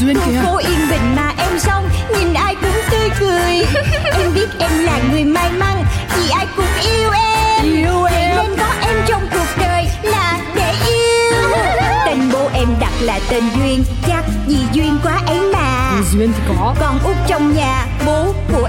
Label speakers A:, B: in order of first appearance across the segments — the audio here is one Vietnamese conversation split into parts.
A: duyên à? kìa
B: cô yên bình mà em xong nhìn ai cũng tươi cười em biết em là người may mắn vì ai cũng yêu em
A: Yêu
B: Vậy
A: em.
B: nên có em trong cuộc đời là để yêu tên bố em đặt là tên duyên chắc vì duyên quá ấy mà
A: Thì duyên thì có
B: con út trong nhà bố của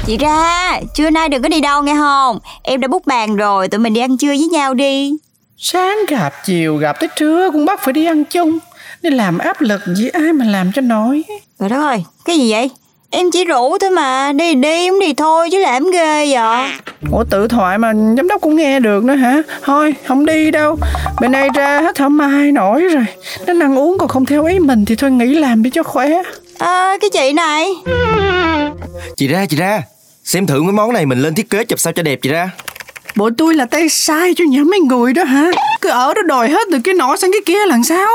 B: Chị ra trưa nay đừng có đi đâu nghe không Em đã bút bàn rồi Tụi mình đi ăn trưa với nhau đi
C: Sáng gặp chiều gặp tới trưa Cũng bắt phải đi ăn chung Đi làm áp lực gì ai mà làm cho nổi
B: Trời đất ơi cái gì vậy Em chỉ rủ thôi mà Đi thì đi không đi thì thôi chứ làm ghê vậy
C: Ủa tự thoại mà giám đốc cũng nghe được nữa hả? Thôi không đi đâu Bên đây ra hết thở mai nổi rồi Đến ăn uống còn không theo ý mình Thì thôi nghỉ làm đi cho khỏe
B: Ờ cái chị này
D: Chị ra, chị ra Xem thử cái món này mình lên thiết kế chụp sao cho đẹp chị ra
C: Bộ tôi là tay sai cho nhà mấy người đó hả? Cứ ở đó đòi hết từ cái nọ sang cái kia làm sao?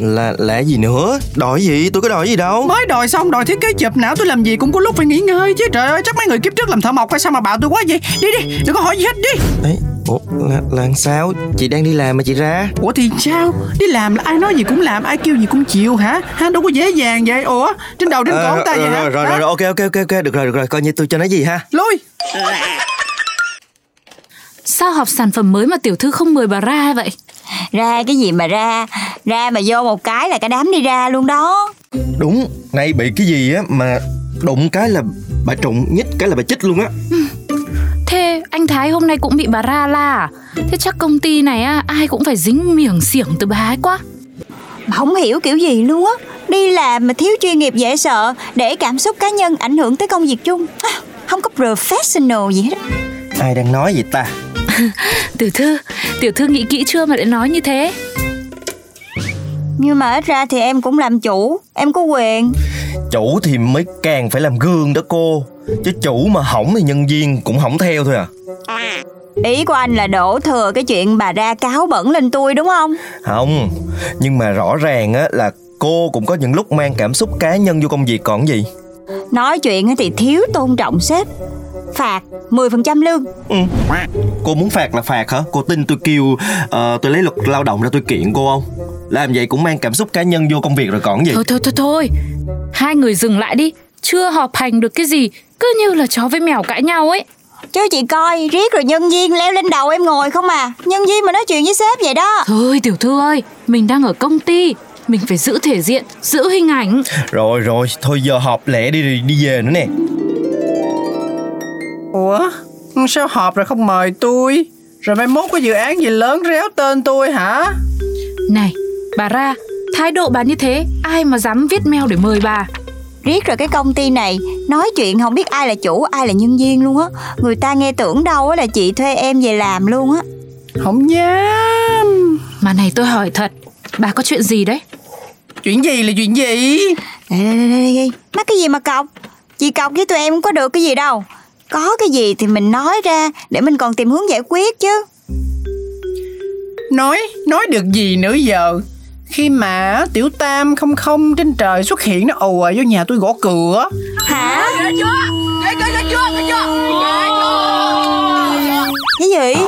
D: Là là gì nữa Đòi gì, tôi có đòi gì đâu
C: Mới đòi xong đòi thiết kế chụp não tôi làm gì cũng có lúc phải nghỉ ngơi chứ Trời ơi chắc mấy người kiếp trước làm thợ mộc hay sao mà bảo tôi quá vậy Đi đi đừng có hỏi gì hết đi
D: Ê, Ủa, là, là làm sao Chị đang đi làm mà chị ra
C: Ủa thì sao? Đi làm là ai nói gì cũng làm, ai kêu gì cũng chịu hả? Ha, đâu có dễ dàng vậy. Ủa, trên đầu trên cổ người ta vậy
D: rồi,
C: hả?
D: Ờ, rồi, rồi,
C: Hả?
D: rồi, rồi, ok, ok, ok, ok, được rồi, được rồi, coi như tôi cho nó gì ha
C: Lui.
E: Sao họp sản phẩm mới mà tiểu thư không mời bà ra vậy
B: Ra cái gì mà ra Ra mà vô một cái là cả đám đi ra luôn đó
D: Đúng, nay bị cái gì á mà đụng cái là bà trụng, nhích cái là bà chích luôn á
E: Thế anh Thái hôm nay cũng bị bà ra la à? Thế chắc công ty này á, ai cũng phải dính miểng xiểng từ bà ấy quá
B: Mà không hiểu kiểu gì luôn á Đi làm mà thiếu chuyên nghiệp dễ sợ Để cảm xúc cá nhân ảnh hưởng tới công việc chung À, Không có professional gì hết á.
D: Ai đang nói vậy ta
E: Tiểu thư, tiểu thư nghĩ kỹ chưa mà lại nói như thế
B: Nhưng mà ít ra thì em cũng làm chủ Em có quyền
D: Chủ thì mới càng phải làm gương đó cô Chứ chủ mà hỏng thì nhân viên cũng hỏng theo thôi à
B: Ý của anh là đổ thừa cái chuyện bà ra cáo bẩn lên tôi đúng không?
D: Không, nhưng mà rõ ràng á là cô cũng có những lúc mang cảm xúc cá nhân vô công việc còn gì
B: Nói chuyện thì thiếu tôn trọng sếp Phạt 10% lương
D: ừ. Cô muốn phạt là phạt hả? Cô tin tôi kêu ờ, tôi lấy luật lao động ra tôi kiện cô không? Làm vậy cũng mang cảm xúc cá nhân vô công việc rồi còn gì
E: Thôi thôi thôi thôi Hai người dừng lại đi Chưa họp hành được cái gì Cứ như là chó với mèo cãi nhau ấy
B: Chứ chị coi riết rồi nhân viên leo lên đầu em ngồi không à Nhân viên mà nói chuyện với sếp vậy đó
E: Thôi tiểu thư ơi Mình đang ở công ty Mình phải giữ thể diện Giữ hình ảnh
D: Rồi rồi, thôi giờ họp lẹ đi đi, đi về nữa nè
C: Ủa, sao họp rồi không mời tôi? Rồi mai mốt có dự án gì lớn réo tên tôi hả?
E: Này bà ra Thái độ bà như thế Ai mà dám viết mail để mời bà
B: Riết rồi cái công ty này Nói chuyện không biết ai là chủ ai là nhân viên luôn á Người ta nghe tưởng đâu á là chị thuê em về làm luôn á
C: Không dám.
E: Mà này tôi hỏi thật Bà có chuyện gì đấy
C: Chuyện gì là chuyện gì?
B: Đây, đây, đây, đây, đây. Mắc cái gì mà cọc Chị cọc với tụi em không có được cái gì đâu Có cái gì thì mình nói ra Để mình còn tìm hướng giải quyết chứ
C: Nói, nói được gì nữa giờ? khi mà tiểu tam không không trên trời xuất hiện nó ồ ạt vô nhà tôi gõ cửa
F: hả
B: Cái gì?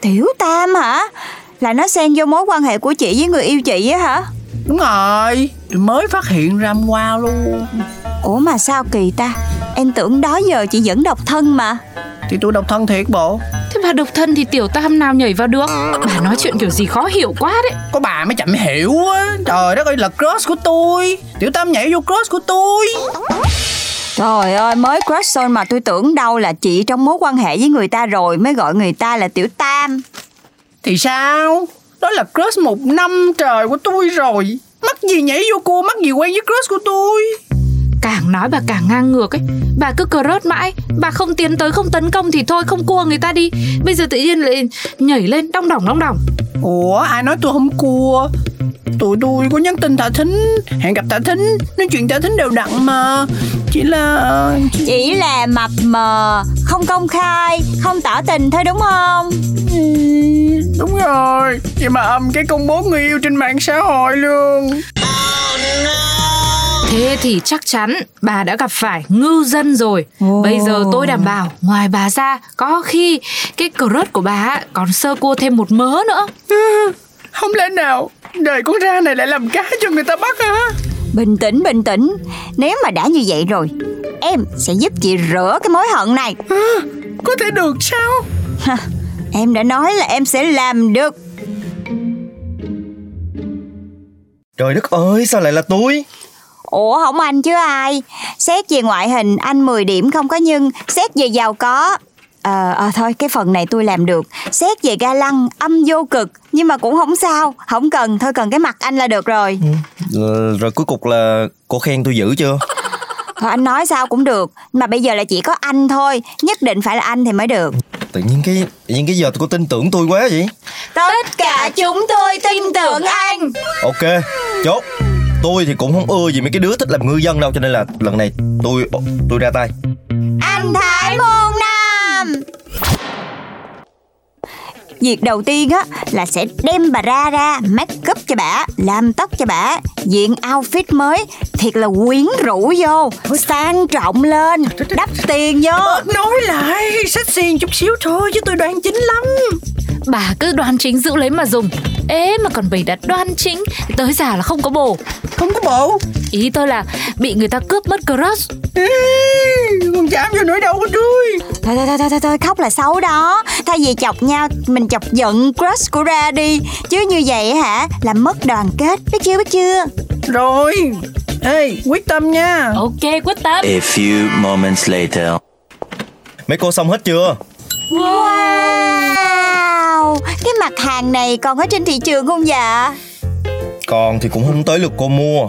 B: Tiểu Tam hả? Là nó xen vô mối quan hệ của chị với người yêu chị á hả?
C: đúng rồi tôi mới phát hiện ra hôm qua luôn
B: Ủa mà sao kỳ ta? Em tưởng đó giờ chị vẫn độc thân mà
C: thì tôi độc thân thiệt bộ
E: Thế bà độc thân thì tiểu tam nào nhảy vào được Bà nói chuyện kiểu gì khó hiểu quá đấy
C: có bà mới chậm hiểu á trời đất ơi là crush của tôi tiểu tam nhảy vô crush của tôi
B: Trời ơi mới crush xong mà tôi tưởng đâu là chị trong mối quan hệ với người ta rồi Mới gọi người ta là Tiểu Tam
C: thì sao đó là crush một năm trời của tôi rồi mắc gì nhảy vô cô mắc gì quen với crush của tôi
E: Càng nói bà càng ngang ngược ấy Bà cứ cờ rớt mãi Bà không tiến tới không tấn công thì thôi không cua người ta đi Bây giờ tự nhiên lại nhảy lên đong đỏng đong đỏng
C: ủa ai nói tôi không cua tụi tôi có nhắn tin thả thính hẹn gặp thả thính nói chuyện thả thính đều đặn mà chỉ là ờ, chỉ-
B: Chỉ là mập mờ, không công khai, không tỏ tình thôi đúng không?
C: đúng rồi vậy mà âm cái công bố người yêu trên mạng xã hội luôn
E: Thế thì chắc chắn bà đã gặp phải ngư dân rồi Bây giờ tôi đảm bảo ngoài bà ra Có khi cái crush của bà á, còn sơ cua thêm một mớ nữa
C: không lẽ nào đời con ra này lại làm cá cho người ta bắt hả
B: Bình tĩnh, bình tĩnh Nếu mà đã như vậy rồi Em sẽ giúp chị rửa cái mối hận này
C: có thể được sao
B: Ha, em đã nói là em sẽ làm được
D: Trời đất ơi, sao lại là tôi?
B: Ủa không anh chứ ai Xét về ngoại hình anh 10 điểm không có nhưng Xét về giàu có Ờ à, thôi cái phần này tôi làm được Xét về ga lăng âm vô cực Nhưng mà cũng không sao Không cần thôi cần cái mặt anh là được rồi
D: Ờ, rồi cuối cùng là cô khen tôi dữ chưa?
B: Thôi anh nói sao cũng được Mà bây giờ là chỉ có anh thôi Nhất định phải là anh thì mới được
D: Tự nhiên cái tự nhiên cái giờ tôi có tin tưởng tôi quá vậy?
B: Tất cả chúng tôi tin tưởng anh
D: Ok, chốt. Tôi thì cũng không ưa gì mấy cái đứa thích làm ngư dân đâu cho nên là lần này tôi tôi ra tay.
B: Anh Thái Môn Nam Việc đầu tiên á là sẽ đem bà ra ra make up cho bà, làm tóc cho bà, diện outfit mới, thiệt là quyến rũ vô, sang trọng lên, đắp tiền vô.
C: Ờ, nói lại sexy chút xíu thôi chứ tôi đoan chính lắm
E: Bà cứ đoan chính giữ lấy mà dùng Ế mà còn bày đặt đoan chính Tới già là không có bồ
C: không có bộ
E: Ý tôi là bị người ta cướp mất crush
C: Ê, con chạm vô nỗi đau của tôi
B: Thôi thôi thôi thôi, thôi, thôi khóc là xấu đó. Thay vì chọc nhau, mình chọc giận crush của ra đi. Chứ như vậy hả, là mất đoàn kết, biết chưa biết chưa?
C: rồi ê quyết tâm nha
E: Ok quyết tâm
G: A few moments later.
D: Mấy cô xong hết chưa?
B: Wow, cái mặt hàng này còn ở trên thị trường không dạ?
D: Còn thì cũng không tới lượt cô mua.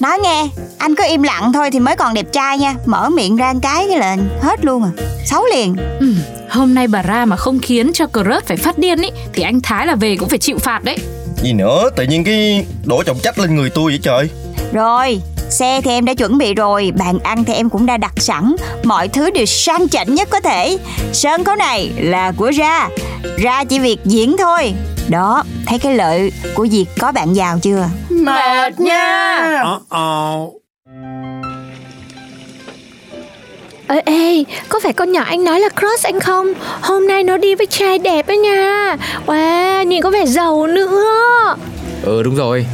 B: Nói nghe, anh cứ im lặng thôi thì mới còn đẹp trai nha Mở miệng ra một cái cái là hết luôn à Xấu liền
E: ừ, Hôm nay bà ra mà không khiến cho crush phải phát điên ý Thì anh Thái là về cũng phải chịu phạt đấy
D: Gì nữa, tự nhiên cái đổ trọng trách lên người tôi vậy trời.
B: Rồi, xe thì em đã chuẩn bị rồi Bàn ăn thì em cũng đã đặt sẵn Mọi thứ đều sang chảnh nhất có thể Sân khấu này là của Ra Ra chỉ việc diễn thôi Đó, thấy cái lợi của việc có bạn giàu chưa
C: mệt nha
H: Ê, ê, có phải con nhỏ anh nói là crush anh không? Hôm nay nó đi với trai đẹp ấy nha Wow, nhìn có vẻ giàu nữa
I: Ừ đúng rồi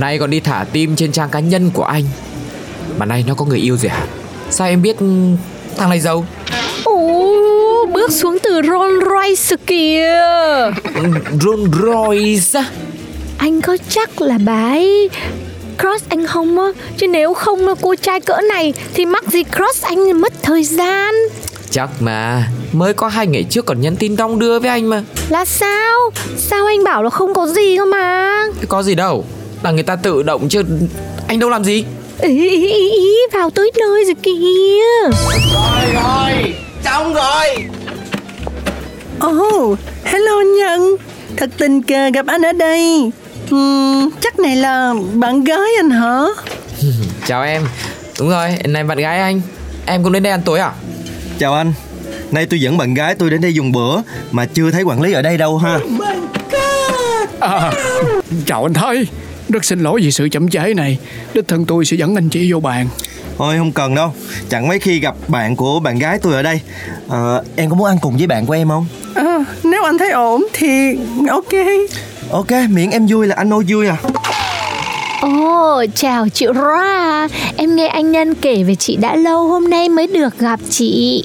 I: Nay còn đi thả tim trên trang cá nhân của anh Mà nay nó có người yêu rồi hả Sao em biết thằng này giàu
H: Ồ, bước xuống từ Rolls Royce kìa
I: Ừ, Rolls Royce á
H: Anh có chắc là bà ấy crush anh không á Chứ nếu không cô trai cỡ này Thì mắc gì crush anh mất thời gian
I: Chắc mà Mới có hai ngày trước còn nhắn tin đong đưa với anh mà
H: Là sao? Sao anh bảo là không có gì cơ mà
I: Thế có gì đâu Là người ta tự động chứ Anh đâu làm gì
H: Ý, ý, ý, ý vào tới nơi rồi kìa
C: oh hello nhân thật tình cờ gặp anh ở đây Ừm, chắc này là bạn gái anh hả
I: Chào em Đúng rồi Này bạn gái anh Em cũng đến đây ăn tối à
D: Chào anh. Nay tôi dẫn bạn gái tôi đến đây dùng bữa mà chưa thấy quản lý ở đây đâu ha.
J: Chào anh Thái Rất xin lỗi vì sự chậm trễ này Đích thân tôi sẽ dẫn anh chị vô bàn
D: Thôi không cần đâu Chẳng mấy khi gặp bạn của bạn gái tôi ở đây Ờ, Em có muốn ăn cùng với bạn của em không?
C: Ờ, nếu anh thấy ổn thì ok
D: Ok miễn em vui là anh ô vui à
H: Ồ, chào chị Ra Em nghe anh Nhân kể về chị đã lâu Hôm nay mới được gặp chị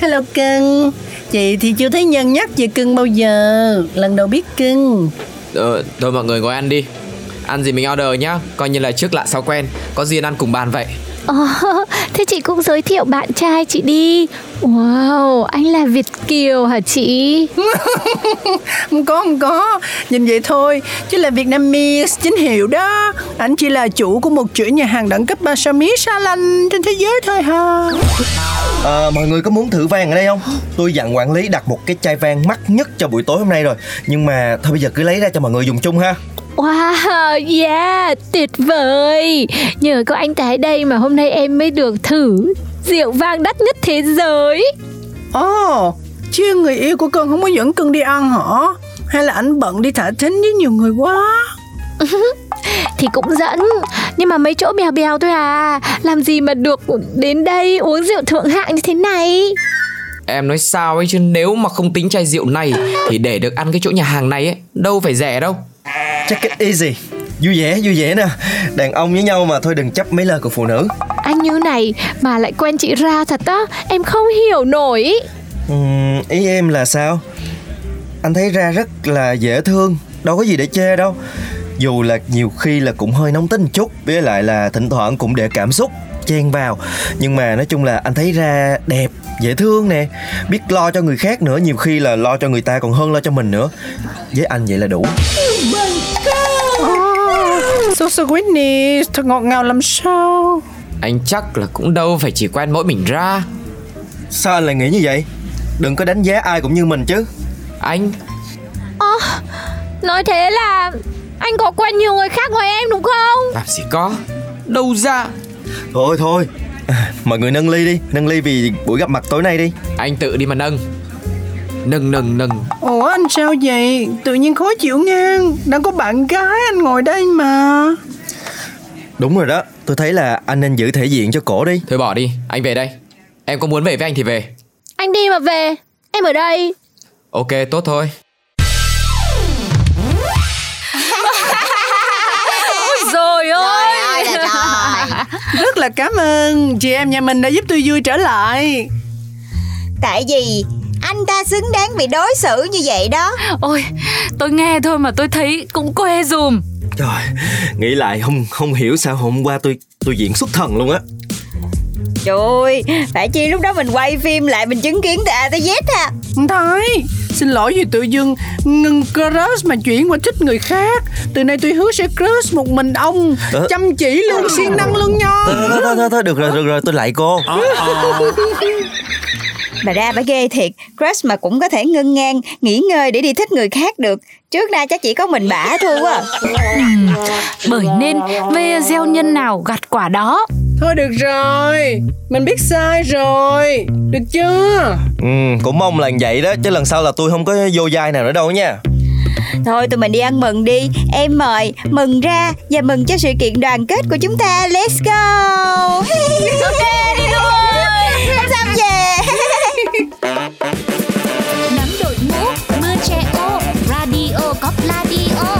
K: Hello cưng Chị thì chưa thấy Nhân nhắc về cưng bao giờ Lần đầu biết cưng
I: Ờ, thôi mọi người ngồi ăn đi Ăn gì mình order nhá Coi như là trước lạ sau quen Có duyên ăn cùng bàn vậy
H: Ồ, thế chị cũng giới thiệu bạn trai chị đi Wow, anh là Việt Kiều hả chị?
C: Không có không có Nhìn vậy thôi Chứ là Vietnamese chính hiệu đó Anh chỉ là chủ của một chuỗi nhà hàng đẳng cấp Basami Salan trên thế giới thôi ha
D: Ờ, Mọi người có muốn thử vang ở đây không? Tôi dặn quản lý đặt một cái chai vang mắc nhất cho buổi tối hôm nay rồi Nhưng mà thôi bây giờ cứ lấy ra cho mọi người dùng chung ha
H: Wow, yeah, tuyệt vời Nhờ có anh tới đây mà hôm nay em mới được thử Rượu vang đắt nhất thế giới
C: Ồ oh, Chứ người yêu của cưng không có dẫn cưng đi ăn hả? Hay là ảnh bận đi thả thính với nhiều người quá
H: Thì cũng dẫn Nhưng mà mấy chỗ bèo bèo thôi à Làm gì mà được đến đây uống rượu thượng hạng như thế này
I: Em nói sao ấy chứ nếu mà không tính chai rượu này Thì để được ăn cái chỗ nhà hàng này ấy Đâu phải rẻ đâu
D: Check it easy Vui vẻ, vui vẻ nè Đàn ông với nhau mà thôi đừng chấp mấy lời của phụ nữ
H: Anh như này mà lại quen chị ra thật á Em không hiểu nổi
D: Ừm, Ý em là sao? Anh thấy ra rất là dễ thương Đâu có gì để chê đâu Dù là nhiều khi là cũng hơi nóng tính một chút Với lại là thỉnh thoảng cũng để cảm xúc chen vào Nhưng mà nói chung là anh thấy ra đẹp dễ thương nè Biết lo cho người khác nữa Nhiều khi là lo cho người ta còn hơn lo cho mình nữa Với anh vậy là đủ
C: So so Whitney Thật ngọt ngào làm sao
I: Anh chắc là cũng đâu phải chỉ quen mỗi mình ra
D: Sao anh lại nghĩ như vậy? Đừng có đánh giá ai cũng như mình chứ
I: Anh
H: Ơ, Nói thế là anh có quen nhiều người khác ngoài em đúng không?
I: làm gì có Đâu ra
D: Thôi thôi À, Mọi người nâng ly đi Nâng ly vì buổi gặp mặt tối nay đi
I: Anh tự đi mà nâng Nâng nâng nâng
C: Ủa anh sao vậy? Tự nhiên khó chịu ngang Đang có bạn gái anh ngồi đây mà
D: Đúng rồi đó Tôi thấy là anh nên giữ thể diện cho cổ đi
I: Thôi bỏ đi Anh về đây Em có muốn về với anh thì về
H: Anh đi mà về Em ở đây
I: Ok tốt thôi
E: Rồi
B: Trời
E: ơi
B: ơi là trời
C: Rất là cảm ơn Chị em nhà mình đã giúp tôi vui trở lại
B: Tại vì anh ta xứng đáng bị đối xử như vậy đó
E: Ôi tôi nghe thôi mà tôi thấy cũng quê dùm
D: Trời Nghĩ lại không không hiểu sao hôm qua tôi tôi diễn xuất thần luôn á
B: Trời ơi Phải chi lúc đó mình quay phim lại Mình chứng kiến từ A tới Z ha
C: Thôi Xin lỗi vì tự dưng ngừng crush mà chuyển qua thích người khác Từ nay tôi hứa sẽ crush một mình ông
D: Ờ.
C: Chăm chỉ luôn siêng năng luôn
D: Thôi
C: nho
D: thôi, thôi thôi thôi được rồi được rồi tôi lại cô
B: Bà ra bà ghê thiệt Crush mà cũng có thể ngưng ngang Nghỉ ngơi để đi thích người khác được Trước nay chắc chỉ có mình bả thôi quá
E: Bởi nên về gieo nhân nào gặt quả đó
C: Thôi được rồi Mình biết sai rồi Được chưa
D: Ừ cũng mong là vậy đó Chứ lần sau là tôi không có vô dai nào nữa đâu nha
B: Thôi tụi mình đi ăn mừng đi Em mời mừng ra Và mừng cho sự kiện đoàn kết của chúng ta Let's go Ok đi thôi Em sắp về
L: nắm đội mũ mưa che ô radio có pladio